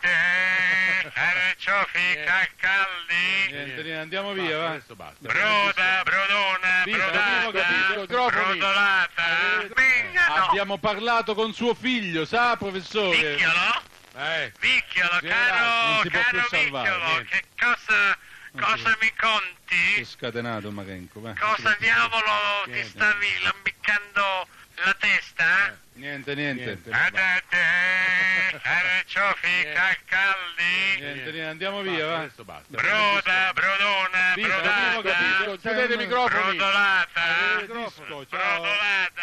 Eh. Sofi, Eh, Calcaldi, Niente, niente, andiamo via, va. Adesso basta. Broda, Brodona, Dito, dito, capito, Brodata, microfoni. Brodolata, Mignano, Eh, Abbiamo parlato con suo figlio, sa, professore? Picchiolo, Eh, Picchiolo, Generale, non caro, si può più caro salvare, Picchiolo, niente. che cosa, Non si cosa mi che conti? scatenato Marenco, va. Cosa diavolo ti Niente. Eh, stavi lambiccando la testa? eh? Niente, niente. Niente. Adate, caro Eh, Ciofi, Calcaldi, Niente, niente, andiamo via, Basta, va. Adesso basta. Broda, Brodona, Dito, dito, capito, Eh, Brodata, eh, chiudete i microfoni. Brodolata, Disco, ciao. Brodolata.